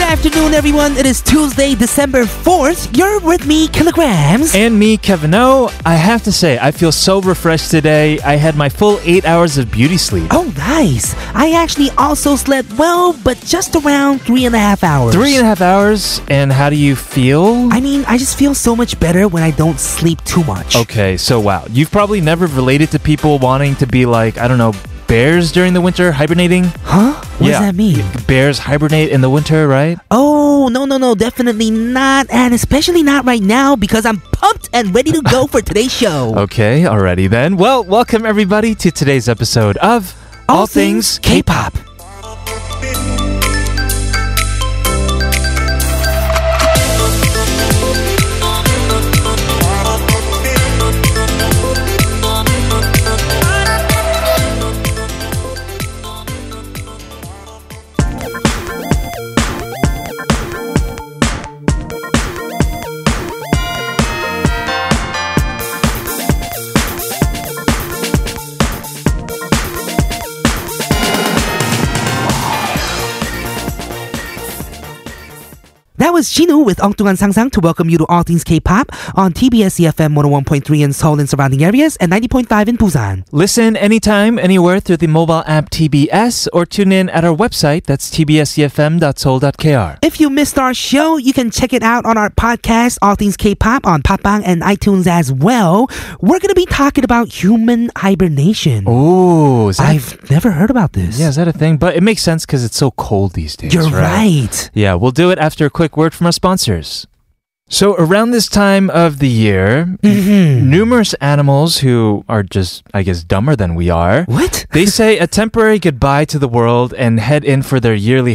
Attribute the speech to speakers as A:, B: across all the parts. A: afternoon, everyone. It is Tuesday, December 4th. You're with me, Kilograms.
B: And me, Kevin O. I have to say, I feel so refreshed today. I had my full eight hours of beauty sleep.
A: Oh, nice. I actually also slept well, but just around three and a half hours.
B: Three and a half hours, and how do you feel?
A: I mean, I just feel so much better when I don't sleep too much.
B: Okay, so wow. You've probably never related to people wanting to be like, I don't know, bears during the winter, hibernating.
A: Huh? What
B: Yeah.
A: does that mean?
B: Bears hibernate in the winter, right?
A: Oh, no, no, no. Definitely not. And especially not right now because I'm pumped and ready to go for today's show.
B: Okay, alrighty then. Well, welcome everybody to today's episode of
A: All Things K-Pop. That was Chinu with Ongtungan Sangsang to welcome you to All Things K-Pop on TBS EFM 101.3 in Seoul and surrounding areas and 90.5 in Busan.
B: Listen anytime, anywhere through the mobile app TBS or tune in at our website. That's E tbscfm.soul.kr.
A: If you missed our show, you can check it out on our podcast, All Things K-Pop, on Popbang and iTunes as well. We're going to be talking about human hibernation.
B: Oh, is that,
A: I've never heard about this.
B: yeah, is that a thing? But it makes sense because it's so cold these days.
A: You're right.
B: Yeah, we'll do it after a quick word from our sponsors. So, around this time of the year,
A: Mm-hmm.
B: numerous animals who are just, I guess, dumber than we are.
A: What?
B: They say a temporary goodbye to the world and head in for their yearly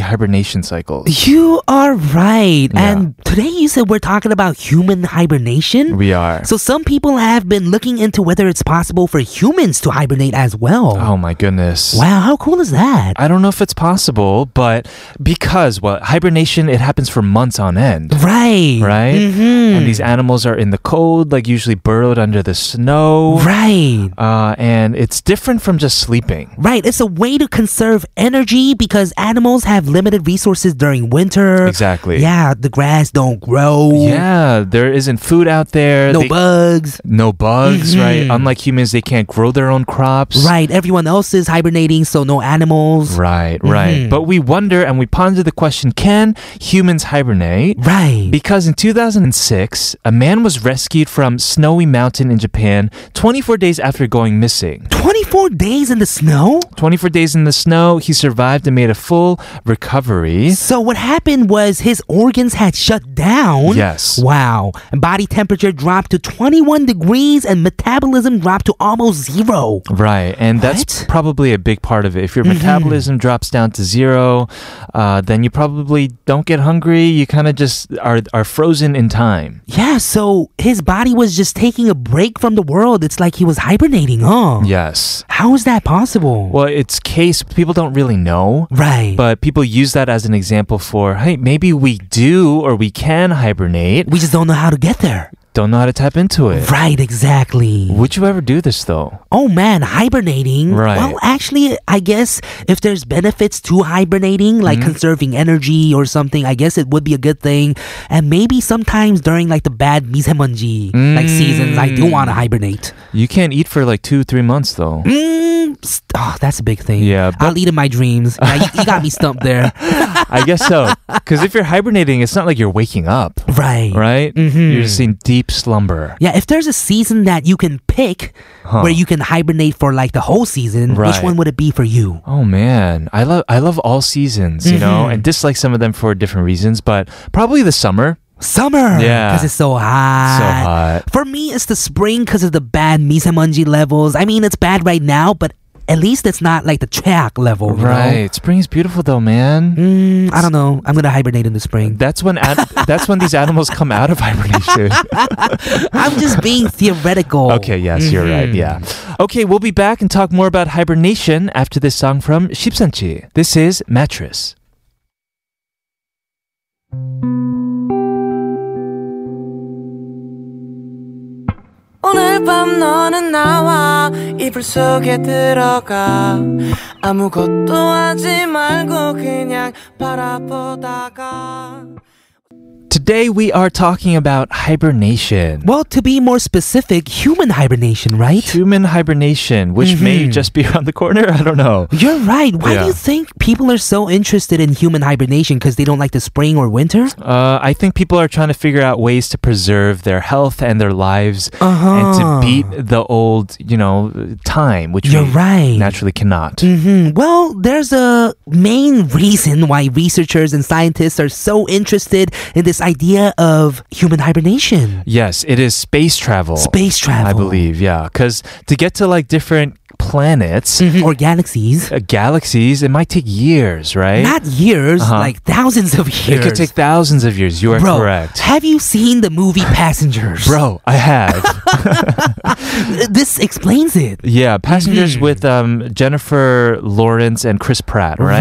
B: hibernation cycles.
A: You are right.
B: Yeah.
A: And today you said we're talking about human hibernation.
B: We are.
A: So some people have been looking into whether it's possible for humans to hibernate as well.
B: Oh my goodness.
A: Wow, how cool is that?
B: I don't know if it's possible, but because well, hibernation it happens for months on end,
A: Right.
B: right?
A: Mm-hmm.
B: And these animals are in the cold, like usually burrowed under the snow,
A: Right.
B: uh, and it's different from just sleeping.
A: Right, it's a way to conserve energy because animals have limited resources during winter.
B: Exactly.
A: Yeah, the grass don't grow.
B: Yeah, there isn't food out there.
A: No
B: They-
A: bugs.
B: no bugs, right?
A: Mhm.
B: Unlike humans, they can't grow their own crops.
A: Right, everyone else is hibernating, so no animals.
B: Right, right.
A: Mhm.
B: But we wonder and we ponder the question can humans hibernate?
A: Right.
B: Because in 2006, a man was rescued from Snowy Mountain in Japan 24 days after going missing.
A: 24 days in the snow?
B: 24 days in the snow, he survived and made a full recovery.
A: So what happened was his organs had shut down.
B: Yes.
A: Wow. Body temperature dropped to 21 degrees and metabolism dropped to almost zero.
B: Right, and that's
A: What? Mm-hmm.
B: probably a big part of it. If your metabolism drops down to zero, uh, then you probably don't get hungry. You kind of just are, are frozen in time.
A: Yeah, so his body was just taking a break from the world. It's like he was hibernating, huh?
B: Yes.
A: How is that possible?
B: Well, it's case, people don't really know.
A: right.
B: But people use that as an example for, hey, maybe we do or we can hibernate.
A: we just don't know how to get there.
B: Don't know how to tap into it.
A: Right, exactly.
B: Would you ever do this though?
A: Oh man, hibernating.
B: Right.
A: Well, actually, I guess if there's benefits to hibernating, like
B: Mm-hmm.
A: conserving energy or something, I guess it would be a good thing. And maybe sometimes during like the bad 미세먼지 like seasons, I do
B: Mm.
A: want to hibernate.
B: You can't eat for like two, three months though.
A: Mm, st- oh, that's a big thing.
B: Yeah, but-
A: I'll eat in my dreams. Yeah, you, you got me stumped there.
B: I guess so. Because if you're hibernating, it's not like you're waking up,
A: Right.
B: right?
A: Mm-hmm.
B: You're just in deep slumber.
A: Yeah, if there's a season that you can pick where you can hibernate for like the whole season, which
B: Right.
A: one would it be for you?
B: Oh man, I love I love all seasons, you know,
A: Mm-hmm.
B: and dislike some of them for different reasons, but probably the summer.
A: Summer.
B: Yeah.
A: Because it's so
B: So
A: hot.
B: hot.
A: For me, it's the spring because of the bad misamonji levels. I mean, it's bad right now, but at least it's not like the track level. you know?
B: Right. Spring is beautiful though, man.
A: Mm, I don't know. I'm going to hibernate in the spring.
B: That's when an- that's when these animals come out of hibernation.
A: I'm just being theoretical.
B: okay, yes, you're right.
A: Mm-hmm.
B: Yeah. Okay, we'll be back and talk more about hibernation after this song from Shipsanchi. This is Mattress.
C: 오늘 밤 너는 나와 이불 속에 들어가 아무것도 하지 말고 그냥 바라보다가
B: Today we are talking about hibernation.
A: Well, to be more specific, human hibernation, right?
B: Human hibernation, which
A: Mm-hmm.
B: may just be around the corner. I don't know.
A: You're right. Why do
B: Yeah.
A: you think people are so interested in human hibernation? Because they don't like the spring or winter?
B: Uh, I think people are trying to figure out ways to preserve their health and their lives
A: Uh-huh.
B: and to beat the old, you know, time, which
A: You're
B: we
A: right.
B: naturally cannot.
A: hmm Well, there's a main reason why researchers and scientists are so interested in this idea of human hibernation.
B: Yes, it is space travel.
A: Space travel.
B: I believe, yeah. Because to get to like different planets,
A: Mhm, Or galaxies.
B: uh, galaxies, it might take years, right?
A: Not years,
B: Uh-huh.
A: like thousands of years.
B: It could take thousands of years. You are
A: Bro,
B: correct.
A: have you seen the movie Passengers?
B: Bro, I have.
A: Th- This explains it.
B: yeah, Passengers
A: Mm-hmm.
B: with um, Jennifer Lawrence and Chris Pratt, right?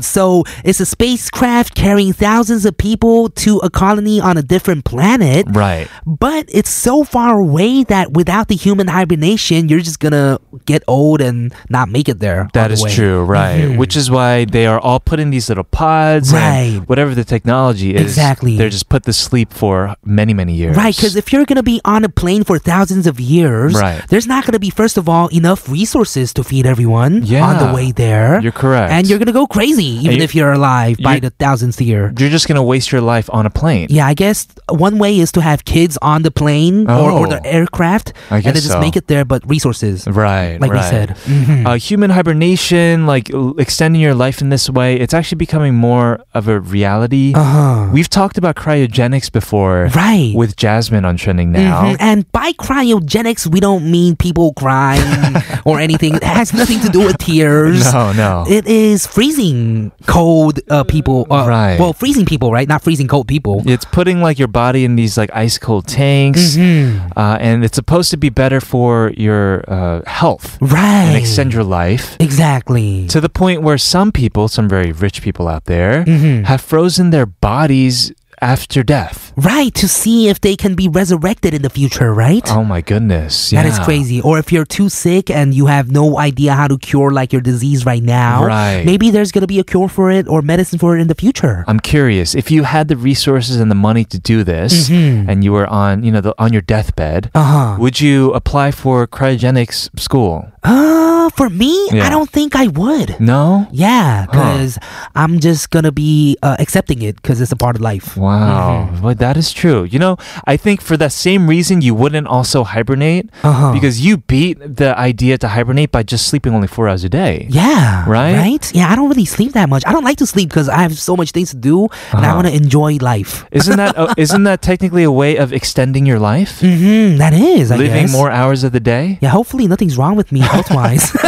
A: Right. So it's a spacecraft carrying thousands of people to a colony on a different planet.
B: Right.
A: But it's so far away that without the human hibernation, you're just gonna get old and not make it there. all
B: That
A: the
B: is
A: way. Mm-hmm.
B: true, right? Which is why they are all put in these little pods. and
A: Right.
B: whatever the technology is,
A: Exactly.
B: they're just put to sleep for many, many years.
A: Right, because if you're gonna be on a plane for thousands of years,
B: Right.
A: there's not gonna be first of all enough resources to feed everyone on the
B: Yeah.
A: way there.
B: You're correct.
A: and you're gonna go crazy even
B: you-
A: if you're alive by
B: you-
A: the thousandth year.
B: you're just going to waste your life on a plane.
A: Yeah, I guess one way is to have kids on the plane or, or the
B: Oh.
A: aircraft,
B: I
A: and then
B: guess
A: just
B: so.
A: make it there, but resources.
B: Right,
A: Like we
B: right.
A: said. Mm-hmm.
B: uh, human hibernation, like l- extending your life in this way, it's actually becoming more of a reality.
A: Uh-huh.
B: We've talked about cryogenics before,
A: Right.
B: With Jasmine on trending now.
A: Mhm. And by cryogenics, we don't mean people crying or anything. It has nothing to do with tears.
B: No, no.
A: It is freezing cold uh, people. Uh,
B: Right.
A: Well, freezing people, right? Not freezing cold people.
B: it's putting like your body in these like ice cold tanks,
A: Mm-hmm.
B: uh, and it's supposed to be better for your uh, health
A: Right.
B: and extend your life.
A: exactly.
B: To the point where some people, some very rich people out there,
A: Mm-hmm.
B: have frozen their bodies after death.
A: right. To see if they can be resurrected in the future, right?
B: Oh my goodness!
A: That is
B: yeah.
A: crazy. Or if you're too sick and you have no idea how to cure like your disease right now,
B: Right.
A: maybe there's gonna be a cure for it or medicine for it in the future.
B: I'm curious if you had the resources and the money to do this, and you were on, you know, the, on your deathbed,
A: Mm-hmm. Uh-huh.
B: would you apply for cryogenics school?
A: Uh, for me, I
B: Yeah.
A: don't think I would.
B: No.
A: Yeah, because I'm just gonna be uh, accepting it because it's a part of life.
B: Wow, Mm-hmm. well, that is true. You know, I think for that same reason, you wouldn't also hibernate
A: Uh-huh.
B: because you beat the idea to hibernate by just sleeping only four hours a day.
A: Yeah.
B: Right?
A: Right? Yeah, I don't really sleep that much. I don't like to sleep because I have so much things to do and I
B: Uh-huh.
A: want to enjoy life.
B: Isn't that uh, isn't that technically a way of extending your life?
A: Mm-hmm, that is, I
B: Living
A: guess.
B: more hours of the day?
A: Yeah, hopefully nothing's wrong with me health wise.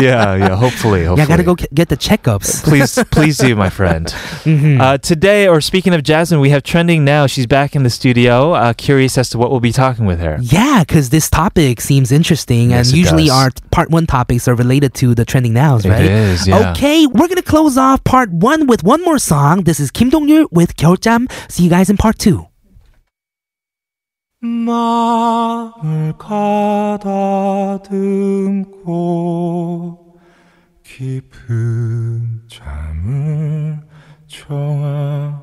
B: yeah, yeah. Hopefully, hopefully.
A: yeah, I gotta go c- get the checkups. Mm-hmm.
B: please please do my friend
A: Mm.
B: uh, today or speaking of jasmine we have trending now she's back in the studio uh, curious as to what we'll be talking with her
A: Yeah, because this topic seems interesting,
B: Yes,
A: and
B: it
A: usually
B: does.
A: our t- part one topics are related to the trending nows,
B: It
A: right?
B: is, yeah.
A: Okay, we're gonna close off part one with one more song. This is Kim Dong Yu with 결점. See you guys in part two.
C: 마음을 가다듬고 깊은 잠을 청하면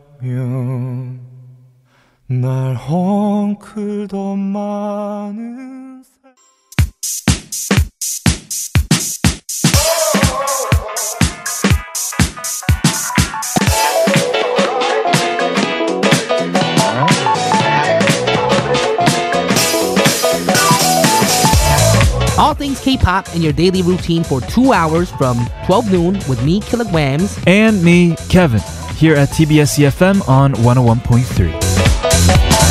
C: 날 헝클던 많은 사-
A: All things K-pop in your daily routine for two hours from 12 noon with me, Kilograms.
B: and me kevin here at tbs efm E on 101.3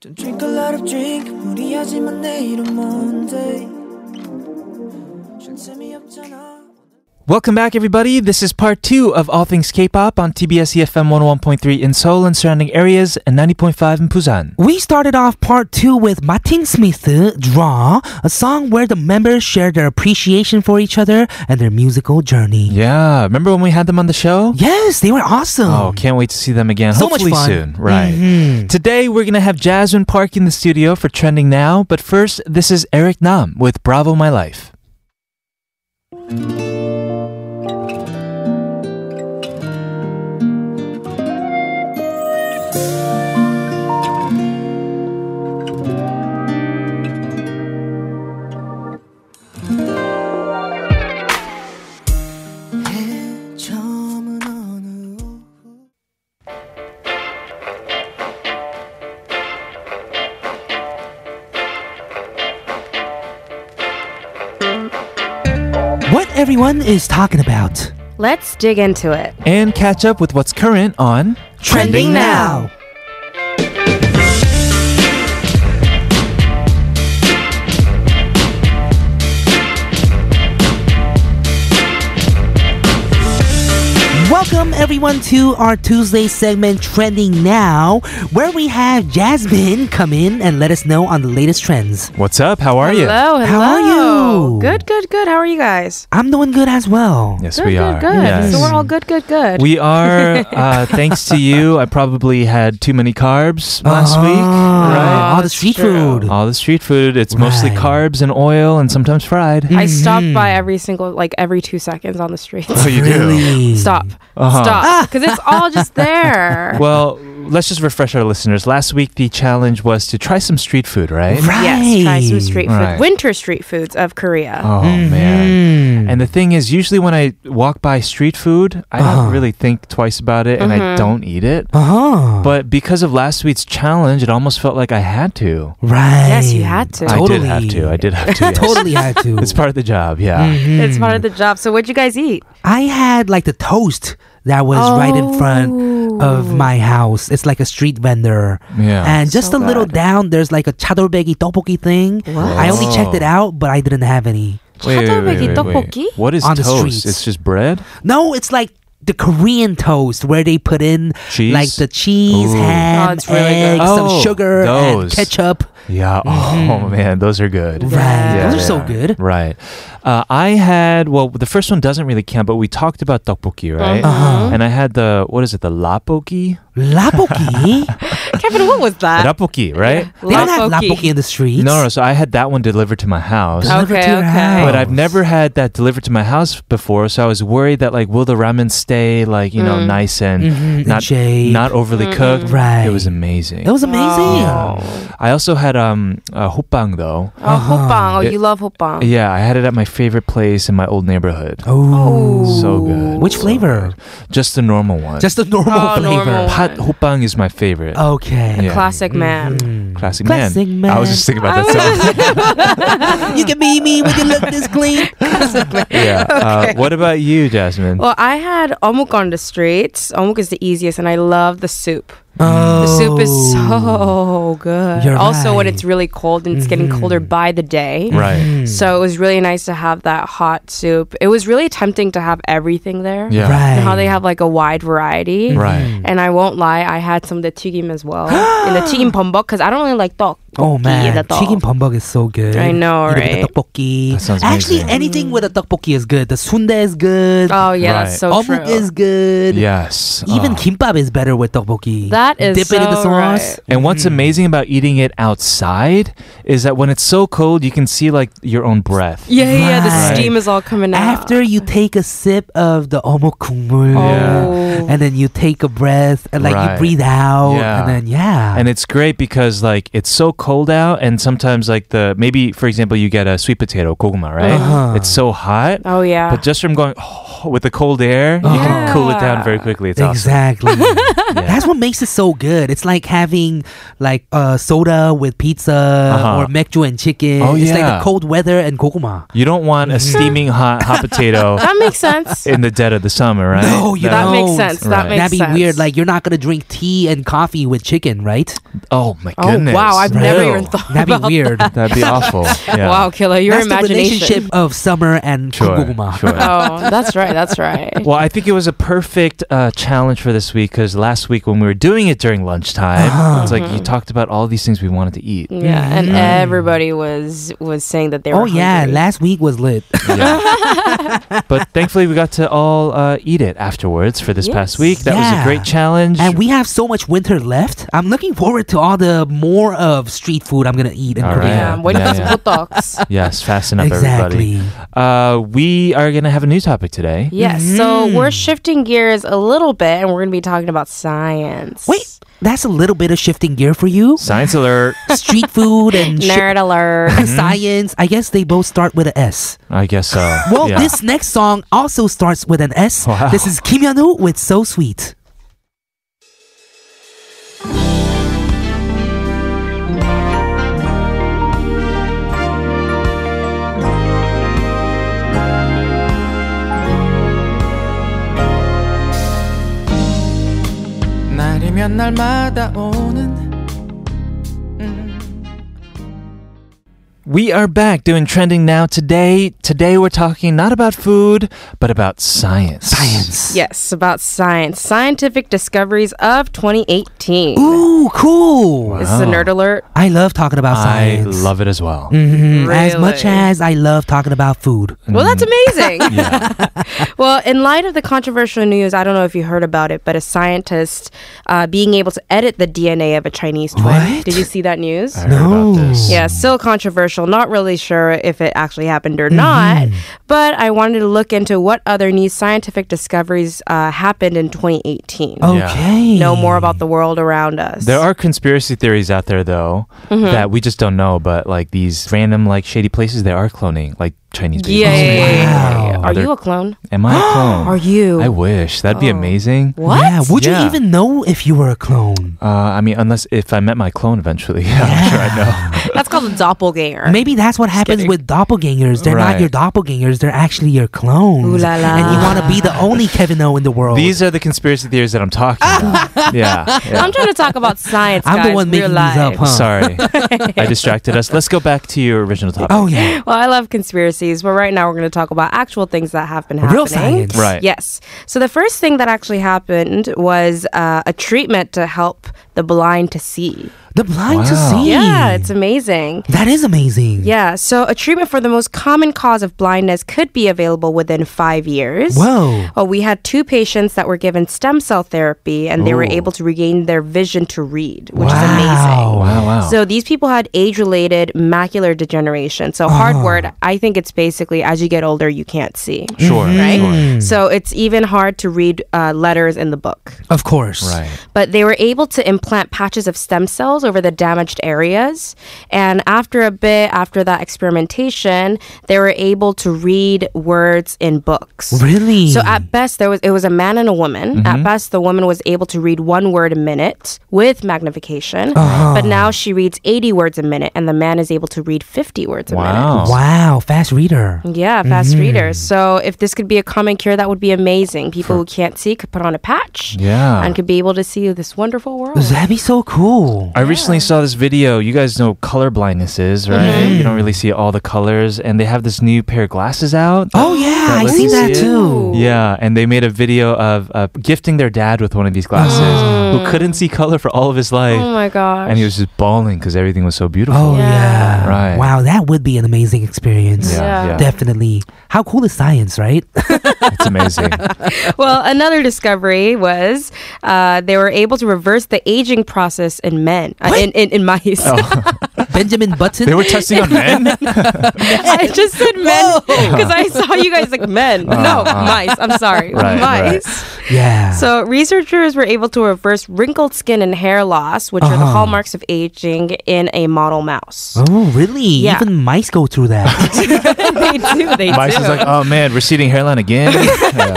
D: Don't drink a lot of drink 무리하지만 내일은 Monday 쉴 틈이 없잖아
B: Welcome back, everybody. This is part two of All Things K-pop on TBS EFM 101.3 in Seoul and surrounding areas, and 90.5 in Busan.
A: We started off part two with Martin Smith Draw, a song where the members share their appreciation for each other and their musical journey.
B: Yeah, remember when we had them on the show?
A: Yes, they were awesome.
B: Oh, can't wait to see them again.
A: So much
B: Hopefully
A: fun.
B: soon. Right.
E: Mm-hmm.
A: Mhm.
B: Today we're gonna have Jasmine Park in the studio for trending now, but first this is Eric Nam with Bravo My Life.
D: 처음은 어느 오후
A: What everyone is talking about.
E: Let's dig into it.
B: And catch up with what's current on
E: Trending now.
A: Welcome everyone to our Tuesday segment Trending Now, where we have Jasmine come in and let us know on the latest trends.
B: What's up? How are you?
E: Hello, hello.
A: How are you?
E: Good, good, good. How are you guys?
A: I'm doing good as well.
B: Yes,
E: Good,
B: we
E: good,
B: are.
E: good.
B: Yes.
E: So we're all good, good, good.
B: We are. Uh, thanks to you, I probably had too many carbs last
A: Ah,
B: week.
A: All the
E: That's
A: street
E: true.
A: food.
B: Right. All the street food. It's mostly
A: Right.
B: carbs and oil and sometimes fried.
E: I stopped
A: Mm-hmm.
E: by every single, like every two seconds on the street.
B: Oh, you
A: Really?
E: Stop.
A: Uh-huh. Ah.
E: Stop. Because it's all just there.
B: Well, let's just refresh our listeners. Last week, the challenge was to try some street food, right?
A: Right.
E: Yes, try some street food.
B: Right.
E: Winter street foods of Korea.
B: Oh, man.
A: Mm-hmm.
B: And the thing is, usually when I walk by street food, I
A: Uh-huh.
B: don't really think twice about it and I don't eat it.
A: Uh huh.
B: But because of last week's challenge, it almost felt like I had to.
A: Right.
E: Yes, you had to.
B: I did have to. I did have to. yes.
A: totally had to. Mm-hmm.
B: It's part of the job, yeah.
A: Mm.
E: It's part of the job. So what'd you guys eat?
A: I had like the toast that was right in
E: Oh.
A: front of my house. It's like a street vendor.
B: Yeah.
A: Mm. And just
E: So
A: a little
E: good.
A: down, there's like a chadolbegi tteokbokki thing. I only
B: Oh.
A: checked it out, but I didn't have any.
E: Chadolbegi tteokbokki?
B: What is
A: On the
B: toast?
A: streets.
B: It's just bread?
A: No, it's like the Korean toast where they put in
B: Cheese?
A: like the cheese,
B: Ooh.
A: ham,
E: Oh, it's really
A: egg,
E: good.
A: some
B: Oh,
A: sugar, and
B: those.
A: ketchup.
B: Yeah. Oh, man. Those are good.
A: Mm-hmm. Right.
E: Yeah,
A: Those are so
B: they
A: good.
B: Right. Uh, I had, well, the first one doesn't really count, but we talked about tteokbokki, right?
A: Uh-huh.
B: And I had the, what is it, the lapoki?
A: Lapoki?
E: Kevin, what was
A: Uh,
E: that?
B: Lapoki, right?
A: they don't have
E: Lapoki.
A: lapoki in the streets.
B: No, no, so I had that one delivered to my house.
E: Oh,
A: Delivered
E: Okay,
A: to your
E: okay.
A: house.
B: But I've never had that delivered to my house before, so I was worried that like, will the ramen stay like you know nice and
A: Mhm, in
B: not
A: shape.
B: not overly cooked?
A: Mm-hmm. Right.
B: It was amazing.
A: It was amazing.
B: I also had um uh, hoppang though.
E: Oh,
A: Uh-huh.
E: hopbang. Oh,
B: It-
E: you love hopbang.
B: Yeah, I had it at my favorite place in my old neighborhood.
A: Oh.
B: So good.
A: Which
B: so
A: flavor?
B: good. Just the normal one.
A: Just the normal
E: Oh,
A: flavor.
E: normal.
B: hot hoppang is my favorite.
A: Okay. Mm-hmm.
B: Yeah.
E: Classic man.
B: Classic,
A: Classic man.
B: I was just thinking about that. So.
A: you can be me when you look this clean.
B: yeah. Uh, what about you, Jasmine?
E: Well, I had omuk on the street. Omuk is the easiest, and I love the soup.
A: Oh.
E: The soup is so good.
A: You're
E: also, when
A: right. Mm-hmm. Mm.
E: it's really cold and it's getting colder by the day.
B: right.
E: Mm-hmm. So it was really nice to have that hot soup. It was really tempting to have everything there.
B: Yeah.
A: Right.
E: And how they have like a wide variety.
B: Right.
E: And I won't lie, I had some of the tigim as well. in the tigim bombok, because I don't really like dog.
A: Oh man, chicken bumbug is so good.
E: I know,
A: You
E: right?
A: The tteokbokki.
B: That sounds
A: Actually,
B: amazing.
A: anything with a tteokbokki is good. The sundae is good.
E: Oh, yeah,
B: Right.
E: that's so true.
A: Omuk is good.
B: Yes.
A: Even
B: Oh.
A: kimbap is better with tteokbokki.
E: That is
A: Dip it in the
E: so Mm-hmm.
A: sauce.
B: And what's
A: Mm.
B: amazing about eating it outside is that when it's so cold, you can see like your own breath.
E: Yeah, yeah, yeah,
A: Right.
E: the steam is all coming out.
A: After you take a sip of the omuk kumul,
E: Yeah.
A: and then you take a breath, and like
B: Right.
A: you breathe out,
B: Yeah.
A: and then yeah,
B: And it's great because like it's so cold out, and sometimes like the maybe for example you get a sweet potato koguma, right?
A: Uh-huh. Ah.
B: It's so hot,
E: Oh, yeah.
B: but just from going, oh, with the cold air, you can cool it down very quickly. It's awesome.
A: exactly. That's what makes it so good. It's like having like uh, soda with pizza or
B: Uh-huh.
A: mekju and chicken.
B: Oh,
A: It's like the
B: yeah.
A: cold weather and gokuma.
B: You don't want a
A: Mm-hmm.
B: steaming hot hot potato
E: That makes sense.
B: in the dead of the summer, right?
A: No, you
E: that
A: don't.
E: makes sense. That
B: Right.
E: makes
A: That'd be
E: sense.
A: weird. Like you're not gonna drink tea and coffee with chicken, right?
B: Oh my
E: oh
B: goodness!
E: wow, I've never
B: No.
E: even thought
A: That'd be
E: about
A: weird.
B: That'd be awful. Yeah.
E: Wow, Killer, your
A: That's the relationship
E: imagination.
A: of summer and
B: Sure.
A: gokuma.
B: sure.
E: Oh, that's right. That's right.
B: Well, I think it was a perfect uh, challenge for this week because last week when we were doing it during lunchtime,
E: Uh-huh.
B: it's like you talked about all these things we wanted to eat.
E: Yeah, and
A: Mhm.
E: everybody was was saying that they were.
A: Oh yeah,
E: hungry.
A: last week was lit.
B: Yeah. but thankfully, we got to all uh, eat it afterwards for this past
E: Yes.
B: week. That was a
A: Yeah.
B: great challenge.
A: And we have so much winter left. I'm looking forward to all the more of street food I'm gonna eat in
B: All
E: yeah.
A: Korea.
B: right.
E: When
B: Yeah,
E: does
B: yeah.
E: Botox?
B: yes, fasten up,
A: Exactly.
B: everybody. Uh, we are going to have a new topic today.
E: Yes. So
A: Mm-hmm.
E: we're shifting gears a little bit, and we're going to be talking about science.
A: Wait, that's a little bit of shifting gear for you.
B: Science alert.
A: Street food and shi-
E: Nerd alert.
B: Mm-hmm.
A: science. I guess they both start with an S.
B: I guess so.
A: Well,
B: Yeah.
A: this next song also starts with an S.
B: Wow.
A: This is Kim Hyun-woo with So Sweet.
D: 날이면 날마다 오는
B: We are back doing trending now today. Today we're talking not about food, but about science.
A: Science.
E: yes, about science. Scientific discoveries of 2018.
A: Ooh, cool.
E: This
B: Oh.
E: is a nerd alert.
A: I love talking about
B: I
A: science.
B: love it as well.
A: Mhm.
E: Mm-hmm.
A: As much
E: Really?
A: as I love talking about food.
E: Well, that's amazing. well, in light of the controversial news, I don't know if you heard about it, but a scientist uh, being able to edit the DNA of a Chinese twin.
A: What?
E: Did you see that news?
B: I heard about this.
E: Yeah, still controversial. Not really sure if it actually happened or not. But I wanted to look into what other new scientific discoveries uh, happened in 2018.
B: Yeah.
A: Okay.
E: Know more about the world around us.
B: There are conspiracy theories out there though
E: Mm-hmm.
B: that we just don't know, but like these random like shady places they are cloning like Chinese people.
E: Yeah, yeah, yeah,
A: Wow.
E: yeah, yeah, yeah. Are
B: Other-
E: you a clone?
B: Am Oh, I a clone?
E: Are you? Oh.
B: I wish. That'd be amazing.
E: what?
A: Yeah. Would
B: Yeah.
A: you even know if you were a clone?
B: Uh, I mean, unless if I met my clone eventually, yeah, I'm sure I know.
E: That's called a doppelganger.
A: Maybe that's what happens
E: kidding.
A: with doppelgangers. They're
B: Right.
A: not your doppelgangers. They're actually your clones.
E: Ooh la la.
A: And you want to be the only Kevin O in the world.
B: These are the conspiracy theories that I'm talking about. yeah, yeah.
E: I'm trying to talk about science.
A: I'm the
E: guys,
A: one
E: real
A: making these up,
E: life.
A: huh?
B: Sorry, I distracted us. Let's go back to your original topic.
A: oh yeah.
E: Well, I love conspiracies, but right now we're going to talk about actual things that have been happening.
A: Real science.
B: right.
E: Yes. So the first thing that actually happened was uh, a treatment to help the blind to see.
A: The blind to
B: Wow.
A: see.
E: Yeah, it's amazing.
A: that is amazing.
E: Yeah, so a treatment for the most common cause of blindness could be available within five years.
A: Whoa.
E: Oh, we had two patients that were given stem cell therapy and they were
B: Ooh.
E: able to regain their vision to read, which is
A: Wow.
E: amazing.
B: Wow, wow.
E: So these people had age-related macular degeneration. So
B: Oh.
E: hardward, I think it's basically as you get older, you can't see.
B: sure,
E: Right?
B: sure.
E: So it's even hard to read uh, letters in the book.
A: Of course.
B: Right.
E: But they were able to implant patches of stem cells over the damaged areas. And after a bit, after that experimentation, they were able to read words in books.
A: Really.
E: So at best, there was it was a man and a woman.
B: Mm-hmm.
E: At best, the woman was able to read one word a minute with magnification,
A: Uh-huh.
B: Oh.
E: but now she reads eighty words a minute, and the man is able to read fifty words a minute.
B: Wow. Mm-hmm.
A: wow, fast reader.
E: Yeah, fast readers. So if this could be a common cure, that would be amazing. People who can't see could put on a patch,
B: Yeah.
E: and could be able to see this wonderful world.
A: That'd be so cool.
B: I recently saw this video. You guys know color blindness is, right? You don't really see all the colors, and they have this new pair of glasses out.
A: Oh yeah, I
B: lets
A: see
B: you
A: that
B: it.
A: too.
B: Yeah, and they made a video of uh, gifting their dad with one of these glasses, who couldn't see color for all of his life,
E: Oh my gosh!
B: and he was just bawling because everything was so beautiful.
A: Oh
E: Yeah.
A: yeah.
B: Right.
A: Wow, that would be an amazing experience.
B: yeah,
E: Yeah.
A: Definitely. How cool is science, right?
B: it's amazing.
E: well, another discovery was uh, they were able to reverse the aging process in men, uh, in, in in mice.
B: Oh.
A: Benjamin Button.
B: they were testing on men.
E: I just said men because I saw you guys like men. no, mice. I'm sorry,
B: Uh-huh. Right,
E: mice.
A: Yeah.
E: So, researchers were able to reverse wrinkled skin and hair loss, which are the hallmarks of aging in a model mouse.
A: Uh-huh. Oh, really?
E: Yeah.
A: Even mice go through that.
E: they do. They
B: Mice
E: do.
B: is like, oh man, receding hairline again. Yeah.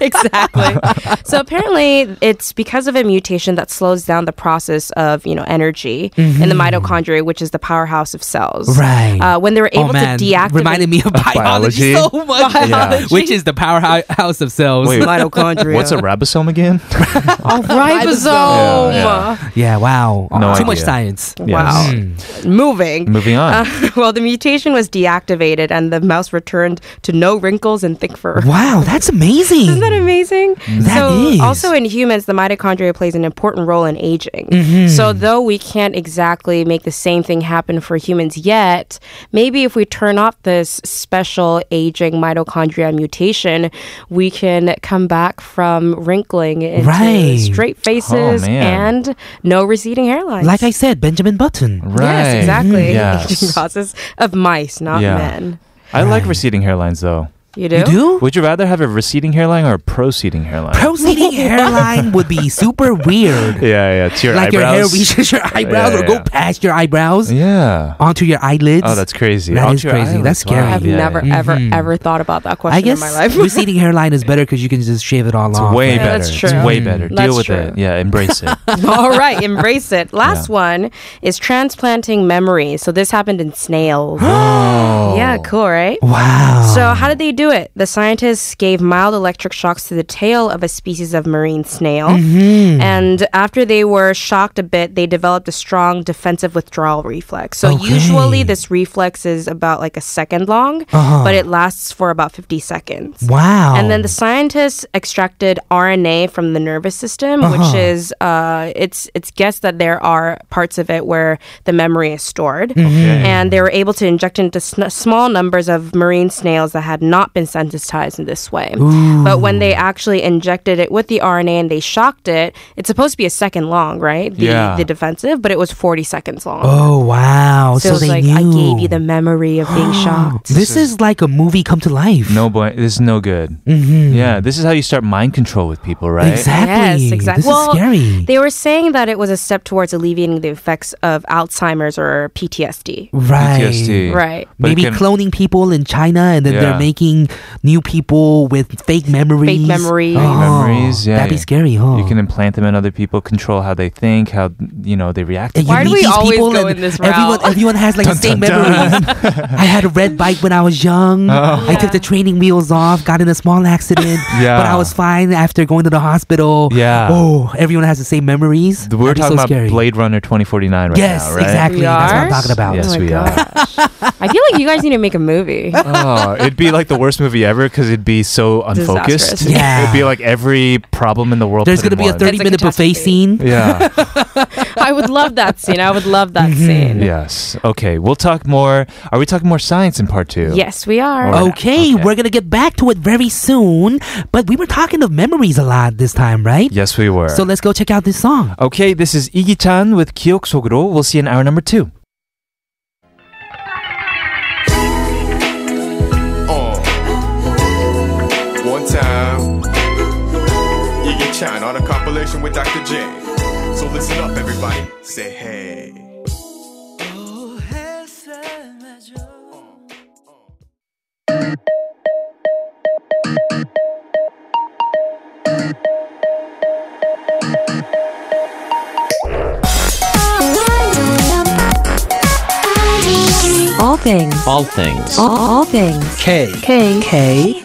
E: exactly. so apparently, it's because of a mutation that slows down the process of you know energy in the mitochondria, which is the powerhouse of cells.
A: Mm-hmm. right.
E: Uh, when they were able
A: oh, man.
E: to deactivate
A: Reminded me of biology,
B: biology.
A: so much.
B: Biology.
A: Which is the powerhouse of cells.
B: Wait.
E: mitochondria,
B: What's a ribosome again?
A: Uh,
E: ribosome?
B: Yeah,
A: Yeah, wow.
B: No
A: Too much
B: idea.
A: science.
E: Wow.
A: Hmm.
E: Moving.
B: Moving on.
E: well, the mutation was deactivated, and the mouse returned to no wrinkles and thick fur.
A: Wow, that's amazing.
E: Isn't that amazing?
A: Mm-hmm. That
E: so,
A: is.
E: also in humans, the mitochondria plays an important role in aging.
A: Mm-hmm.
E: So, though we can't exactly make the same thing happen for humans yet, maybe if we turn off this special aging mitochondria mutation, we can come back from wrinkling into
A: Right. Oh,
E: straight faces
B: man.
E: and no receding hairlines.
A: like I said, Mm-hmm. Benjamin Button.
B: Right.
E: Yes, exactly.
B: Yes.
E: Aging process of mice, not
B: Yeah.
E: men.
B: I like receding hairlines though.
E: You do?
A: You do?
B: Would you rather have a receding hairline or a proceeding hairline?
A: Proceeding hairline would be super weird.
B: yeah, yeah. To your
A: like your hair
B: eyebrows.
A: reaches your eyebrows
B: yeah,
A: or go
B: yeah.
A: past your eyebrows
B: yeah.
A: onto your eyelids.
B: Oh, that's crazy.
A: That
B: Onto
A: is
B: your
A: crazy. That's
B: eyelids.
A: scary.
E: I've
B: Yeah,
E: never,
B: yeah.
E: ever, ever thought about that question
A: Mm-hmm. I guess
E: in my life.
A: receding hairline is better because you can just shave it all
B: It's
A: off.
B: way
A: right?
E: Yeah,
B: better.
E: that's
B: It's
E: true.
B: way better.
E: That's
B: Deal with
E: true.
B: it. Yeah, embrace it.
E: All right, embrace it. Last one is transplanting memory. So this happened in snails. yeah, cool, right?
A: Oh. Wow.
E: So how did they do it? The scientists gave mild electric shocks to the tail of a species of marine snail,
A: Mm-hmm.
E: and after they were shocked a bit, they developed a strong defensive withdrawal reflex. So
A: Okay.
E: usually this reflex is about like a second long,
A: Uh-huh.
E: but it lasts for about 50 seconds.
A: wow.
E: And then the scientists extracted RNA from the nervous system, which
A: Uh-huh.
E: is uh, it's it's guessed that there are parts of it where the memory is stored,
A: Mm-hmm.
E: and they were able to inject into sn- small numbers of marine snails that had not been sensitized in this way. But when they actually injected it with the RNA and they shocked it, it's supposed to be a second long, right? The,
B: Yeah.
E: the defensive, but it was forty seconds long.
A: oh wow. So,
E: So, it was
A: they
E: like
A: knew.
E: I gave you the memory of being shocked.
A: This is like a movie come to life.
B: No boy, this is no good. Mm-hmm. Yeah, this is how you start mind control with people, right?
A: Exactly.
E: Yes, exactly.
A: This is scary.
E: They were saying that it was a step towards alleviating the effects of Alzheimer's or PTSD.
A: right.
B: PTSD.
E: Right.
B: But it
A: Maybe
B: can-
A: cloning people in China and then they're
B: Yeah.
A: making new people with fake memories.
E: memories.
A: Oh,
B: memories, yeah,
A: That'd be
B: yeah.
A: scary, huh?
B: You can implant them in other people, control how they think, how you know they react.
A: And you
E: Why do
A: meet
E: we
A: these
E: always
A: people
E: go
A: and
E: in this
A: everyone,
E: route?
A: Everyone has like the same memories. I had a red bike when I was young. I took the training wheels off, got in a small accident,
B: Oh. Yeah.
A: but I was fine after going to the hospital.
B: Yeah.
A: Oh, everyone has the same memories.
B: We're
A: That'd be so
B: talking about
A: scary.
B: Blade Runner 2049 right
A: yes,
B: now, right?
A: exactly.
E: We
A: That's what I'm
E: are?
A: talking about.
B: Yes,
E: oh my
B: we are.
E: gosh. I feel like you guys need to make a movie.
B: Oh, it'd be like the worst movie ever because it'd be so unfocused.
E: Disastrous.
A: Yeah.
B: it'd be like every problem in the world.
A: There's
B: put
A: gonna
B: in
A: be a 30
B: one.
E: It's a
A: minute buffet
E: catastrophe.
A: scene.
B: Yeah.
E: I would love that scene. I would love that
A: Mm-hmm.
E: scene.
B: yes. Okay. We'll talk more. Are we talking more science in part two?
E: Yes, we are.
B: All right.
A: Okay,
B: Okay.
A: we're gonna get back to it very soon, but we were talking of memories a lot this time, right?
B: Yes, we were.
A: So let's go check out this song.
B: okay. This is Iggy Chan with Kyok Soguro. We'll see you in hour number two.
F: Uh. One time, Iggy Chan on a compilation with Dr. J. So listen up, everybody. Say hey.
G: All things. All things. All, all things. K. K. K.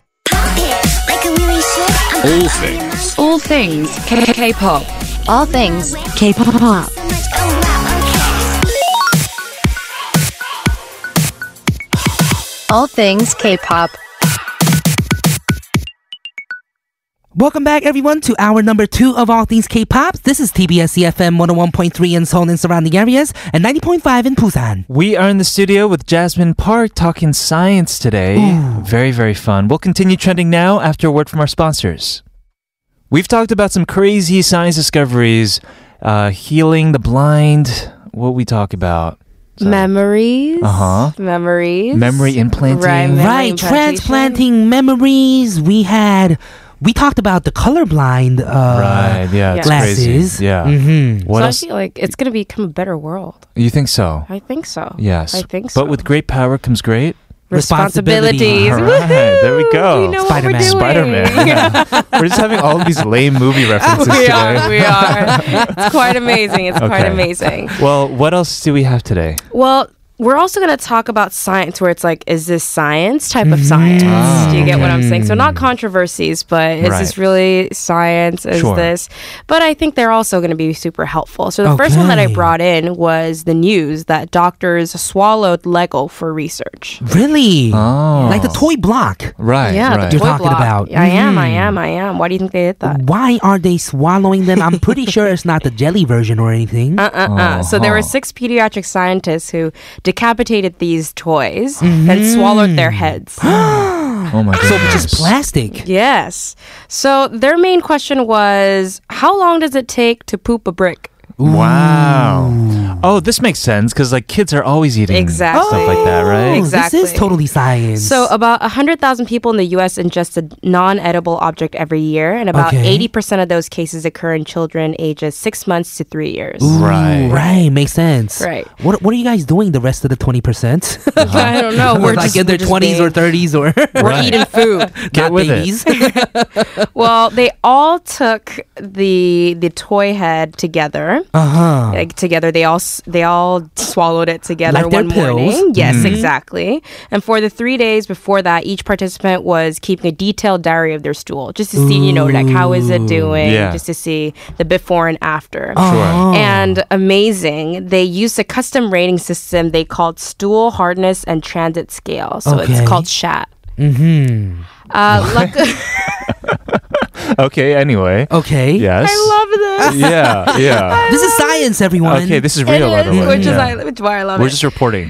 H: All things.
G: All things. K. K. Pop. All things. K. Pop. All things K. Pop.
A: Welcome back, everyone, to hour number two of All Things K-Pop. This is TBS EFM 101.3 in Seoul and surrounding areas and 90.5 in Busan.
B: We are in the studio with Jasmine Park talking science today. Very, very fun. We'll continue trending now after a word from our sponsors. We've talked about some crazy science discoveries, uh, healing the blind. What we talk about?
E: Memories.
B: Uh-huh.
E: Memories.
B: Memory implanting.
E: Right. Memory
A: right,
E: implantation.
A: transplanting memories. We had we talked about the colorblind uh,
B: right. Yeah, it's
A: glasses.
B: crazy. Yeah.
A: Mhm.
B: What
E: so
B: else?
E: I feel like it's gonna become a better world.
B: You think so?
E: I think so.
B: Yes.
E: I think so.
B: But with great power comes great.
A: Responsibility.
E: responsibilities.
B: All right, there we
E: Woohoo!
B: go.
E: We know
A: Spider-Man.
E: what we're doing.
B: Spider-Man. Yeah. We're just having all these lame movie references
E: we
B: today.
E: are. We are. It's quite amazing. It's quite
B: Okay.
E: amazing.
B: Well, what else do we have today?
E: Well, we're also going to talk about science where it's like, is this science type of science? Do you get what I'm saying? So, not controversies, but is
B: Mm. Right.
E: this really science? Is
B: Sure.
E: this? But I think they're also going to be super helpful. So, the first one that I
A: Okay.
E: brought in was the news that doctors swallowed Lego for research.
A: Really?
B: Oh.
A: Like the toy block.
B: Right.
E: yeah,
B: right. Mm.
A: You're
E: the toy
A: talking
E: block.
A: about.
E: I am, I am, I am. Why do you think they did that?
A: Why are they swallowing them? I'm pretty sure it's not the jelly version or anything.
E: Uh uh
A: Oh,
E: uh. So there were six pediatric scientists who decapitated these toys
A: Mm-hmm.
E: that swallowed their heads.
B: oh my god. So
A: It's plastic.
E: yes. So their main question was how long does it take to poop a brick?
B: Wow. Oh, this makes sense because like kids are always eating
E: Exactly.
B: stuff like that, right?
A: Oh, This is
E: Exactly.
A: totally science.
E: So uh, about 100,000 people in the US ingest a non-edible object every year and about
A: Okay.
E: 80% of those cases occur in children ages 6 months to 3 years.
B: Right.
A: Right, makes sense.
E: Right.
A: What What are you guys doing the rest of the twenty percent?
E: I don't know. We're
A: like
E: just
A: in their
E: we're just
A: twenties or
E: being-
A: thirties or
E: we're
B: Right.
E: eating food.
A: not
B: with it.
A: babies.
E: Well, they all took the the toy head together.
A: uh huh.
E: Like together, they all s- they all swallowed it together
A: Like their
E: one
A: pills? Mm-hmm.
E: morning. Yes, exactly. And for the three days before that, each participant was keeping a detailed diary of their stool, just to see, you know, like how is it doing,
B: Yeah.
E: just to see the before and after.
A: Oh.
E: And amazing, they used a custom rating system they called stool hardness and transit scale. So
A: Okay.
E: it's called SHAT. Mm-hmm. Uh, luck-
B: Okay. Anyway.
A: Okay.
B: Yes.
E: I love this.
B: Yeah. Yeah.
A: This is science, everyone.
B: okay. This is
E: It
B: real, by the
E: is,
B: way.
E: Which is
B: Yeah.
E: I, which is why I love
B: We're
E: it.
B: just reporting.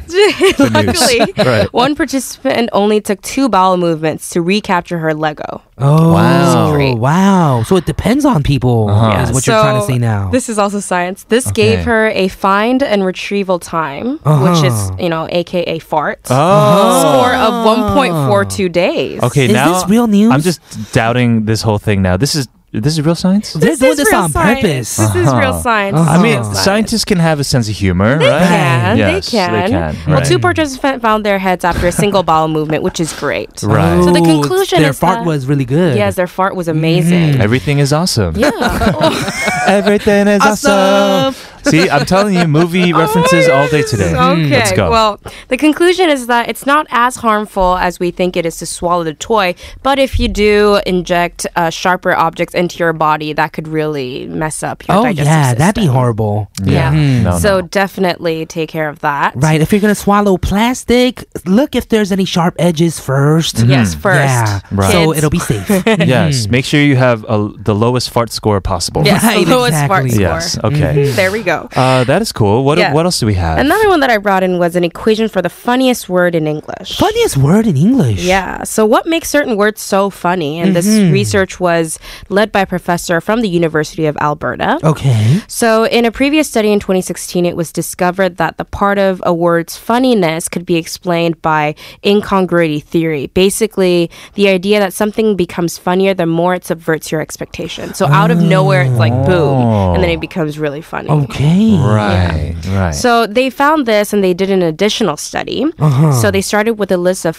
E: Luckily,
B: Right.
E: one participant only took two bowel movements to recapture her Lego.
A: oh
B: Wow.
E: great.
A: wow. So it depends on people.
B: Uh-huh.
A: Is what
E: So,
A: you're trying to say now.
E: This is also science. This gave
B: Okay.
E: her a find and retrieval time, which is you know, aka fart,
B: Uh-huh. Oh.
E: score of one point four two days.
B: Okay.
A: Is
B: now
A: this real news?
B: I'm just doubting this whole thing now. This is this is real science.
A: They're doing
E: is
A: this
E: real
A: on
E: science.
A: purpose.
E: This is real science.
A: Uh-huh.
B: I
A: Oh.
B: mean,
A: Science.
B: scientists can have a sense of humor, right?
E: Can,
B: Yes,
E: they can. Well,
B: right.
E: two participants found their heads after a single bowel movement, which is great.
B: Right.
E: So the
A: Oh,
E: conclusion
A: their
E: is
A: fart
E: that-
A: was really good.
E: Yes, their fart was amazing.
B: Everything is awesome.
E: Yeah.
B: Everything is awesome. See, I'm telling you, movie references all day today. Mm,
E: Okay.
B: Let's go.
E: Well, the conclusion is that it's not as harmful as we think it is to swallow the toy, but if you do inject uh, sharper objects into your body, that could really mess up your
A: Oh
E: digestive
A: yeah, that'd be
E: system.
A: horrible.
E: Yeah.
B: No,
E: so
B: no.
E: definitely take care of that.
A: Right. If you're gonna swallow plastic, look if there's any sharp edges first.
B: Mm-hmm.
E: Yes,
A: Hmm.
E: first.
A: Yeah.
B: Right.
A: So
E: Kids.
A: it'll be safe.
B: yes, make sure you have a, the lowest fart score possible.
E: Yes,
A: Right,
E: the lowest fart
A: exactly.
E: score.
B: Yes. Okay.
E: There we go.
B: Uh, that is cool. What
E: Yeah.
B: what else do we have?
E: Another one that I brought in was an equation for the funniest word in English.
A: Funniest word in English.
E: Yeah. So, what makes certain words so funny? And this research was led by a professor from the University of Alberta.
A: Oh. Okay.
E: So, in a previous study in 2016, it was discovered that the part of a word's funniness could be explained by incongruity theory. Basically, the idea that something becomes funnier the more it subverts your expectation. So, out of nowhere, it's like boom, and then it becomes really funny.
A: Okay.
B: right. Right.
E: So they found this and they did an additional study.
B: Uh-huh.
E: So they started with a list of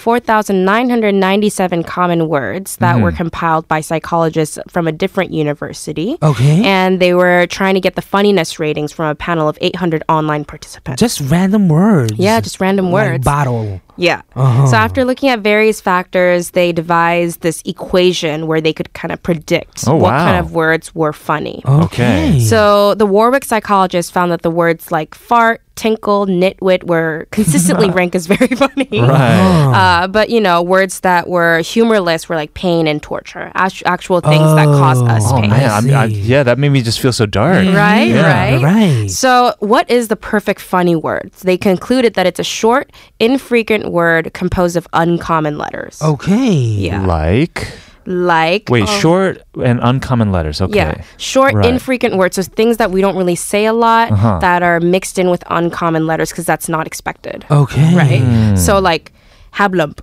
E: 4,997 common words that were
B: Mm.
E: compiled by psychologists from a different university.
B: Oh.
A: Okay.
E: And they were trying to get the funniness ratings from a panel of 800 online participants.
A: Just random words.
E: yeah, just random
A: Like
E: words.
A: bottle.
E: yeah.
B: Uh-huh.
E: So after looking at various factors, they devised this equation where they could kind of predict
B: Oh,
E: what
B: wow. Oh.
E: kind of words were funny.
B: Okay.
E: So the Warwick psychologist found that the words like fart, tinkle, nitwit were consistently ranked as very funny.
B: right.
E: Uh, but you know, words that were humorless were like pain and torture, act- actual things that cause us
B: Oh
E: pain.
B: man, I'm, I,
A: see.
B: yeah, that made me just feel so dark.
E: Mm-hmm. Right,
B: Yeah.
E: right,
A: Right.
E: So, what is the perfect funny word? They concluded that it's a short, infrequent word composed of uncommon letters.
A: Okay.
E: yeah,
B: Like,
E: like
B: Oh, wait,
E: oh,
B: short and uncommon letters. Okay.
E: Yeah, short,
B: Right. Uh-huh.
E: infrequent words. So things that we don't really say a lot that are mixed in
B: Oh. Hmm.
E: with uncommon letters because that's not expected.
A: Okay.
E: Right? So like hablump.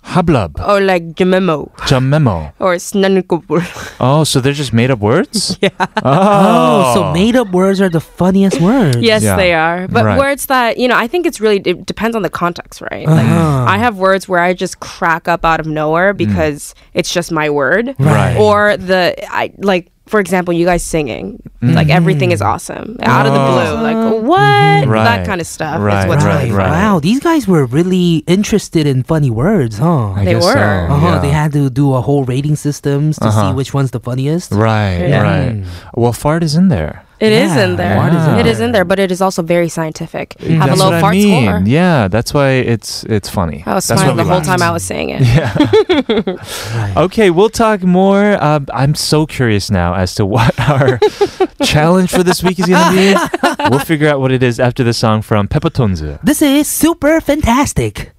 B: Hablab.
E: or like Jamemo
B: Jamemo.
E: or Snanukubur.
B: Oh, so they're just made up words? yeah.
A: Oh,
B: Oh,
A: so made up words are the funniest words.
E: Yes,
B: Yeah.
E: they are. But
B: Right.
E: words that you know, I think it's really it depends on the context, right? Like
B: Mm.
A: Uh-huh.
E: I have words where I just crack up out of nowhere because it's just my word,
B: Hmm. Right.
E: Or the I like. For example, you guys singing, like
B: Hmm.
E: everything is awesome out of the blue, like
B: Oh.
E: what
B: Mm-hmm. Right.
E: that kind of stuff
B: Right,
E: is what's
B: right,
E: really
A: Right. Wow, these guys were really interested in funny words, huh?
B: I
E: Oh, They
B: guess
E: were.
B: so,
A: Uh-huh.
B: yeah. Uh-huh.
A: They had to do a whole rating systems to see which one's the funniest.
B: Right,
E: Yeah.
B: right. Well, fart is in there.
E: It is
A: Yeah,
E: in there.
B: what is in there?
E: It is in there, but it is also very scientific. Have a
B: That's
E: low
B: what
E: fart
B: I mean.
E: score. Oh,
B: Yeah, that's why it's it's funny.
E: I was
B: that's why
E: smiling the
B: we
E: whole
B: laughed.
E: time I was saying it.
B: Okay, we'll talk more. Uh, I'm so curious now as to what our challenge for this week is going to be. We'll figure out what it is after the song from Peppertonze.
A: This is super fantastic.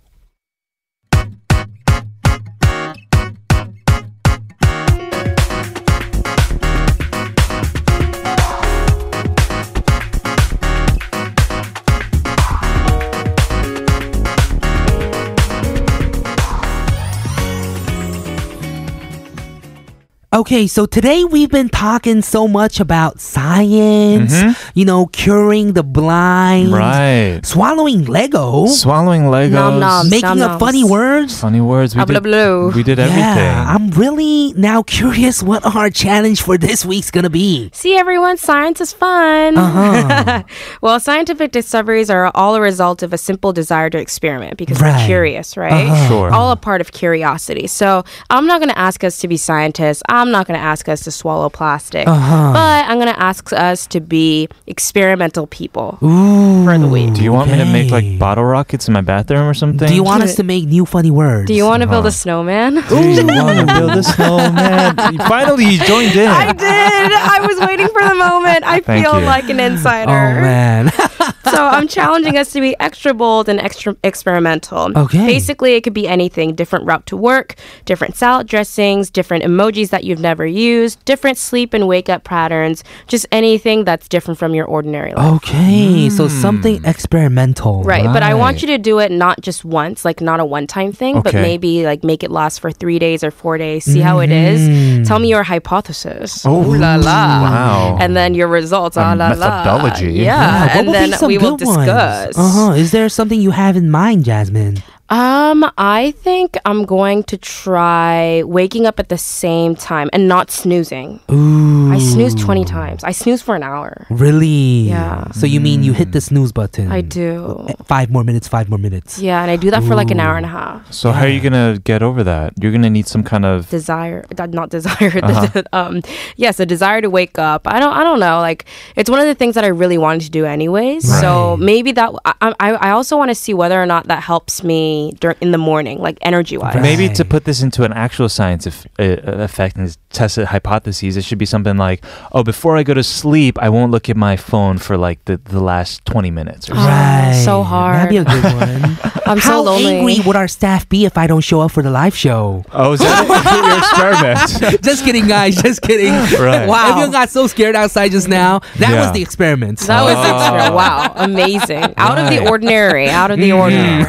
A: Okay, so today we've been talking so much about science,
B: Mhm.
A: you know, curing the blind,
B: Right.
A: swallowing Lego,
B: Swallowing Legos.
E: Nom nom.
A: making up
E: Sounds-
A: funny words.
B: Funny words. We
E: Habla
B: did,
E: blue.
B: we did everything.
A: Yeah, I'm really now curious what our challenge for this week's gonna be.
E: See everyone, science is fun.
B: Uh-huh.
E: well, scientific discoveries are all a result of a simple desire to experiment because
A: Right.
E: we're curious, right?
B: Sure.
E: All a part of curiosity. So I'm not going to ask us to be scientists. I'm not going to ask us to swallow plastic.
B: Uh-huh.
E: But I'm going to ask us to be experimental people for the week.
B: Do you want me to make
A: Okay.
B: like bottle rockets in my bathroom or something?
A: Do you want us to make new funny words?
E: Do you want to build
B: Uh-huh.
E: a snowman?
B: Do you want to build a snowman? Finally, you joined in.
E: I did. I was waiting for the moment. I
B: Thank
E: feel
B: you.
E: like an
A: Oh
E: insider.
A: man.
E: so I'm challenging us to be extra bold and extra experimental.
A: Okay.
E: Basically, it could be anything: different route to work, different salad dressings, different emojis that you've never used, different sleep and wake up patterns. Just anything that's different from your ordinary
B: Oh,
E: life.
A: okay, so
B: Hmm.
A: something experimental.
E: Right, but I want
B: right.
E: you to do it not just once, like not a one time thing, but
B: Okay.
E: maybe like make it last for three days or four days, see how it
B: Mm-hmm.
E: is. Tell me your hypothesis.
B: Oh,
E: Ooh la la.
B: wow.
E: And then your results.
B: A
E: ah la
B: methodology.
E: La. Yeah.
A: Yeah, Oh. what
E: and
A: would
E: then
A: be some
E: we will
A: good ones?
E: discuss.
A: Uh-huh. Is there something you have in mind, Jasmine?
E: Um, I think I'm going to try waking up at the same time and not snoozing.
A: Ooh.
E: I snooze 20 times. I snooze for an hour.
A: Really?
E: Yeah.
A: So you mean you
B: Hmm.
A: hit the snooze button?
E: I do.
A: Five more minutes, five more minutes.
E: Yeah, and I do that for like an hour and a half.
B: So how are you gonna get over that? You're gonna need some kind of
E: Desire, that- not desire.
B: Uh-huh.
E: um, yes, a desire to wake up. I don't. I don't know. Like it's one of the things that I really wanted to do anyways. So maybe that. I, I, I also want to see whether or not that helps me dur- in the morning, like energy wise.
A: Right.
B: maybe to put this into an actual science ef- uh, effect and test it hypotheses. It should be something like, oh, before I go to sleep, I won't look at my phone for like the, the last twenty minutes. Or something.
A: Right.
E: so hard.
A: That'd be a good one.
E: I'm
A: How
E: so lonely.
A: angry would our staff be if I don't show up for the live show?
B: Oh, is that your experiment?
A: just kidding, guys. Just kidding.
B: Right.
A: Wow. Everyone got so scared outside just now. That
B: Yeah.
A: was the experiment.
E: That was
B: Oh.
E: extra. Wow. Amazing. Out of the
B: Right.
E: ordinary. Out of the ordinary.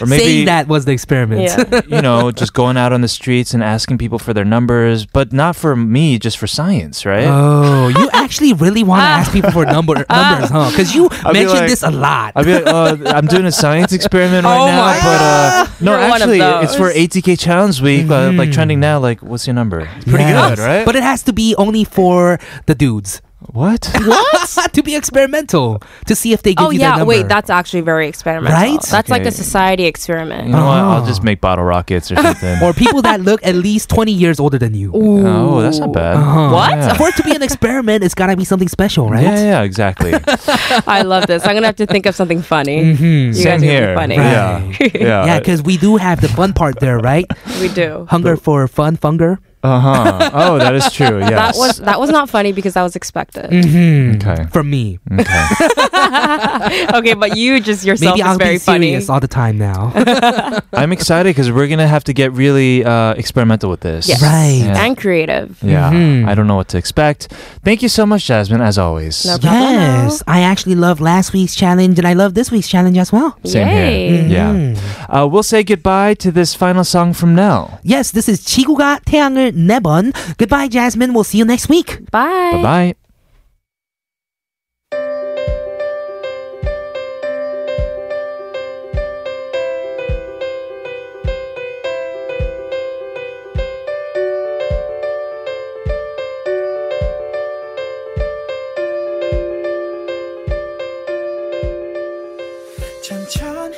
B: Or
A: Saying that was the experiment.
E: Yeah.
B: you know, just going out on the streets and asking people for their numbers, but not for me, just for science, right?
A: Oh, you actually really want to ask people for number numbers, huh? Because you
B: I'll be
A: mentioned
B: like-
A: this a lot.
B: I'd be like, uh, I'm doing a science experiment right
E: Oh
B: now,
E: my
B: but uh, no,
E: You're one of
B: actually, it's for
E: those.
B: ATK Challenge Week, uh, like trending now. Like, what's your number? It's pretty
A: Mm-hmm. Yes.
B: good, right?
A: But it has to be only for the dudes.
B: what?
A: What? to be experimental. To see if they give
E: oh,
A: you
E: yeah.
A: their
E: Wait,
A: number.
E: that's actually very experimental.
A: Right?
E: That's like
B: Okay.
E: a society
B: You
E: experiment.
B: know what?
A: Oh.
B: I'll just make bottle rockets or something.
A: Or people that look at least 20 years older than you.
B: oh, that's not bad.
A: Uh-huh.
E: What?
B: Yeah.
A: For it to be an experiment, it's got to be something special, right?
B: Yeah, yeah, exactly.
E: I love this. I'm going to have to think of something funny. You
B: Mm-hmm. Same
E: guys are
B: here.
E: gonna be funny.
B: Yeah, yeah.
A: Yeah, because we do have the fun part there, right?
E: We do.
A: Hunger for fun, funger.
B: Uh huh. Oh, that is true. Yes.
E: That was that was not funny because that was expected.
A: Mhm.
B: Okay.
A: For me,
B: Okay.
E: okay, but you just yourself
A: maybe
E: is
A: I'll
E: very
A: be serious
E: funny.
A: all the time now.
B: I'm excited because we're gonna have to get really uh, experimental with this.
E: Yes.
A: Right.
B: Yeah.
E: And creative.
B: Yeah,
A: Mhm.
B: I don't know what to expect. Thank you so much, Jasmine, as always.
E: No problem.
A: yes, I actually love last week's challenge, and I love this week's challenge as well.
B: Same here.
E: Yay.
B: Yeah. Uh, we'll say goodbye to this final song from Nell.
A: Yes, this is 지구가 태양을 내번. Goodbye, Jasmine. We'll see you next week.
B: Bye bye.
D: 천천히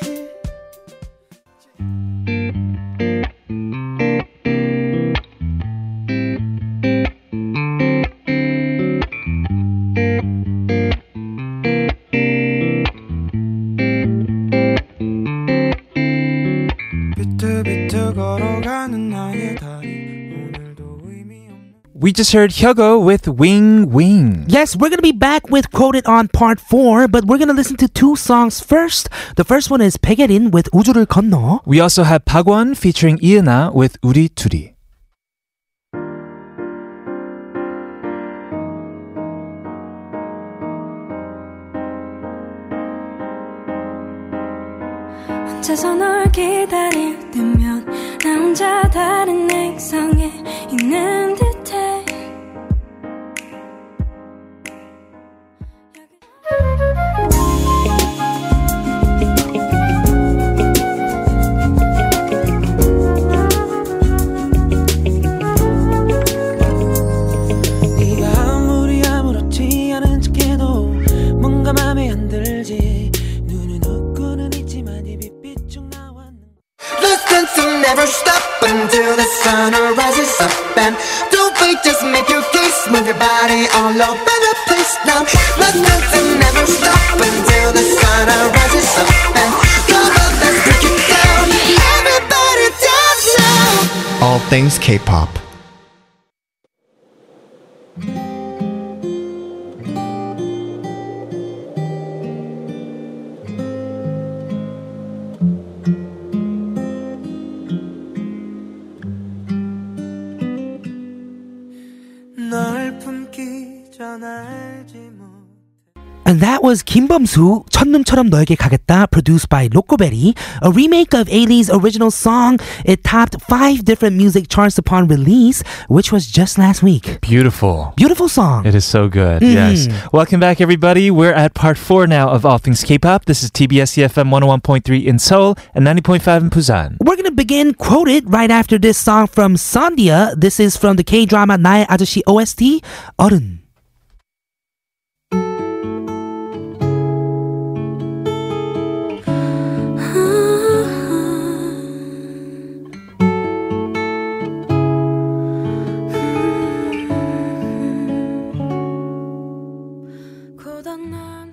D: 비투비투 걸어가는 나의 다리 오늘도 의미 없는
B: We just heard Hyogo with Wing Wing.
A: Yes, we're going to be back with Quoted on part 4, but we're going to listen to two songs first. The first one is 백예린 with 우주를 건너.
B: We also have Pagwan featuring Iana with Uri Turi.
H: 혼자서 널 기다릴 때면 나 혼자 다른 액상에 있는 듯해
D: 네가 아무리 아무렇지 않은 척해도 뭔가 맘에 안 들지 눈은 웃고는 있지만 입이 삐쭉 나왔는
I: This dancing never stop until the sun rises up and don't wait, just make your case, move your body all over the place now. This dancing never stop until the sun rises up and come on, let's break it down. Everybody dance now. All things K-pop.
D: 널 품기 전 알지 못
A: And that was Kim Bum-soo, 첫눈처럼 너에게 가겠다, produced by 로꼬베리, a remake of Ailey's original song. It topped five different music charts upon release, which was just last week.
B: Beautiful.
A: Beautiful song.
B: It is so good.
A: Mhm.
B: Yes. Welcome back, everybody. We're at part four now of All Things K-pop. This is TBS EFM 101.3 in Seoul and 90.5 in Busan.
A: We're gonna begin quoted right after this song from Sandia. This is from the K drama 나의 아저씨 OST 어른.
H: 고단한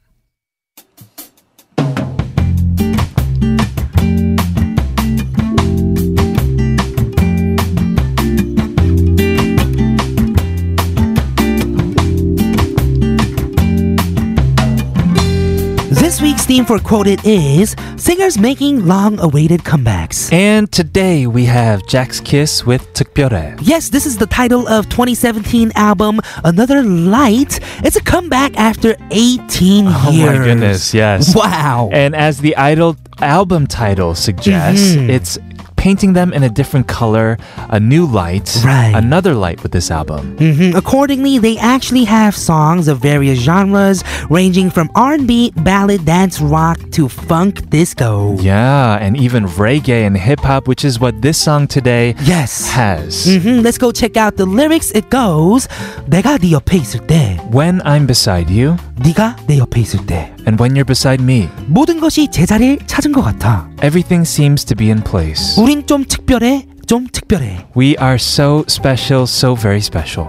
A: This week's theme for quoted is singers making long-awaited comebacks.
B: And today we have Jack's Kiss with 특별해.
A: Yes, this is the title of 2017 album Another Light. It's a comeback after 18
B: Oh
A: years.
B: my goodness, yes. Eh.
A: Wow.
B: And as the idol album title suggests,
A: Mhm.
B: it's painting them in a different color, a new light,
A: Right.
B: another light with this album.
A: Mhm. Accordingly, they actually have songs of various genres ranging from R&B, ballad, dance, rock to funk, disco.
B: Yeah, and even reggae and hip hop, which is what this song today
A: Yes.
B: has.
A: Mhm. Let's go check out the lyrics. It goes, 내가 네 옆에 있을 때,
B: When I'm beside you,
A: 네가 내 옆에 있을 때,
B: and when you're beside me,
A: 모든 것이 제자리를 찾은 것 같아.
B: everything seems to be in place.
A: 우린 좀 특별해, 좀 특별해.
B: We are so special, so very special.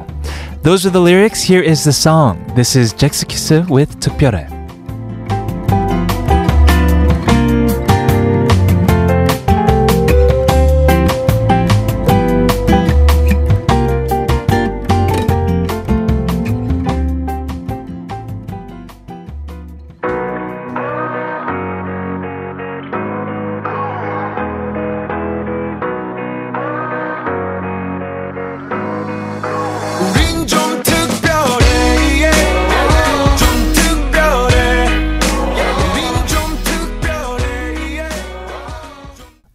B: Those are the lyrics. Here is the song. This is Jexikise with 특별해.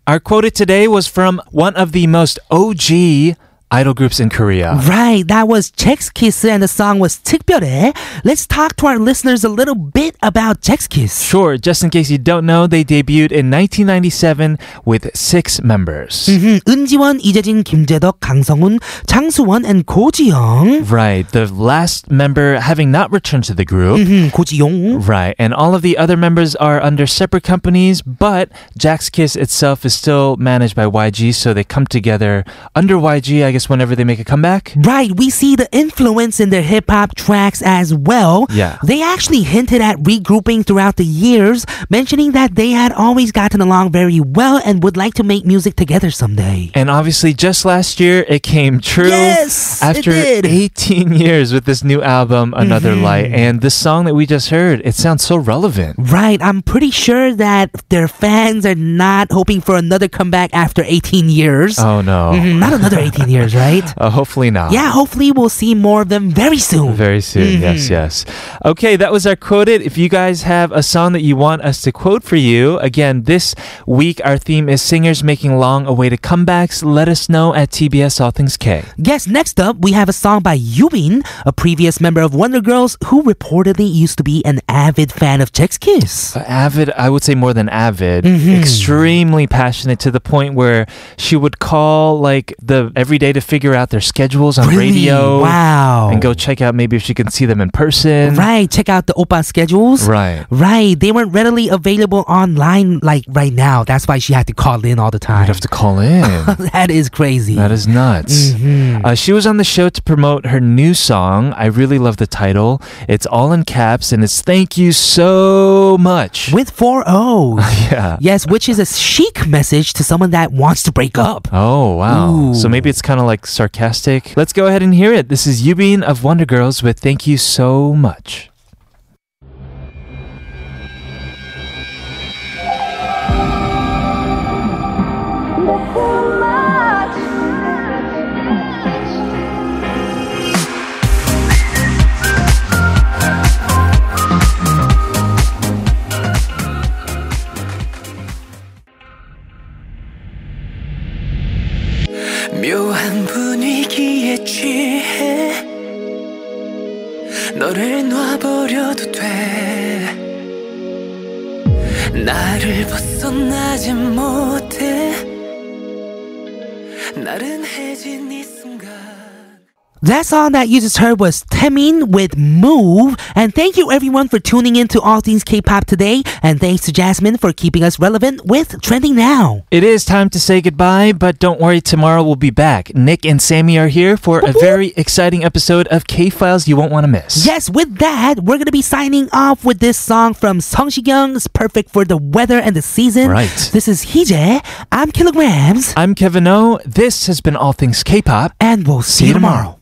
B: Our quoted today was from one of the most OG idol groups in Korea.
A: Right, that was Jack's Kiss, and the song was 특별해. Let's talk to our listeners a little bit about Jack's Kiss.
B: Sure, just in case you don't know, they debuted in 1997 with six members.
A: 음, 은지원, 이재진, 김재덕, 강성훈, 장수원, and 고지영.
B: Right, the last member having not returned to the group.
A: 음, 고지용.
B: Right, and all of the other members are under separate companies, but Jack's Kiss itself is still managed by YG, so they come together under YG, I guess, whenever they make a comeback.
A: Right, we see the influence in their hip hop tracks as well.
B: Yeah.
A: They actually hinted at regrouping throughout the years, mentioning that they had always gotten along very well and would like to make music together someday.
B: And obviously, just last year, it came true.
A: Yes, it
B: after
A: did. Mm-hmm.
B: 18 years with this new album, Another Light, and this song that we just heard, it sounds so relevant.
A: Right, I'm pretty sure that their fans are not hoping for another comeback after 18 years.
B: Oh no,
A: Mhm, Not another 18 years, right?
B: uh, hopefully not.
A: Yeah, Mm-hmm. hopefully we'll see more of them very soon.
B: Very soon, yes, yes. Okay, that was our quoted. If you guys have a song that you want us to quote for you, again, this week our theme is singers making long awaited comebacks. Let us know at TBS All Things K.
A: Yes, next up, we have a song by Yubin, a previous member of Wonder Girls who reportedly used to be an avid fan of Jack's
B: Uh,
A: Kiss.
B: avid i would say more than avid
A: Mm-hmm.
B: extremely passionate to the point where she would call like the every day to figure out their schedules on
A: Really?
B: radio
A: Wow.
B: and go check out maybe if she can see them in person
A: Right, check out the Oppa schedules.
B: right
A: Right, they weren't readily available online like right now. That's why she had to call in all the
B: you'd
A: time.
B: have to call in
A: that is crazy.
B: That is nuts.
A: Mm-hmm.
B: Uh, she was on the show to promote her new song. I really love the title. It's all in caps and it's thank you so much.
A: With four O's.
B: yeah.
A: Yes, which is a chic message to someone that wants to break up.
B: Oh, wow.
A: Ooh.
B: So maybe it's kind of like sarcastic. Let's go ahead and hear it. This is Yubin of Wonder Girls with Thank You So Much.
D: 묘한 분위기에 취해 너를 놔버려도 돼 나를 벗어나지 못해 나른해진 이 순간
A: That song that you just heard was Temin with Move. And thank you everyone for tuning in to All Things K-Pop today. And thanks to Jasmine for keeping us relevant with Trending Now.
B: It is time to say goodbye, but don't worry, tomorrow we'll be back. Nick and Sammy are here for a very exciting episode of K Files you won't want to miss.
A: Yes, with that, we're going to be signing off with this song from Song Young's Perfect for the Weather and the Season.
B: Right.
A: This is Hije. I'm Kilograms.
B: I'm Kevin O. This has been All Things K pop.
A: And we'll see,
B: See
A: you
B: you tomorrow.
A: tomorrow.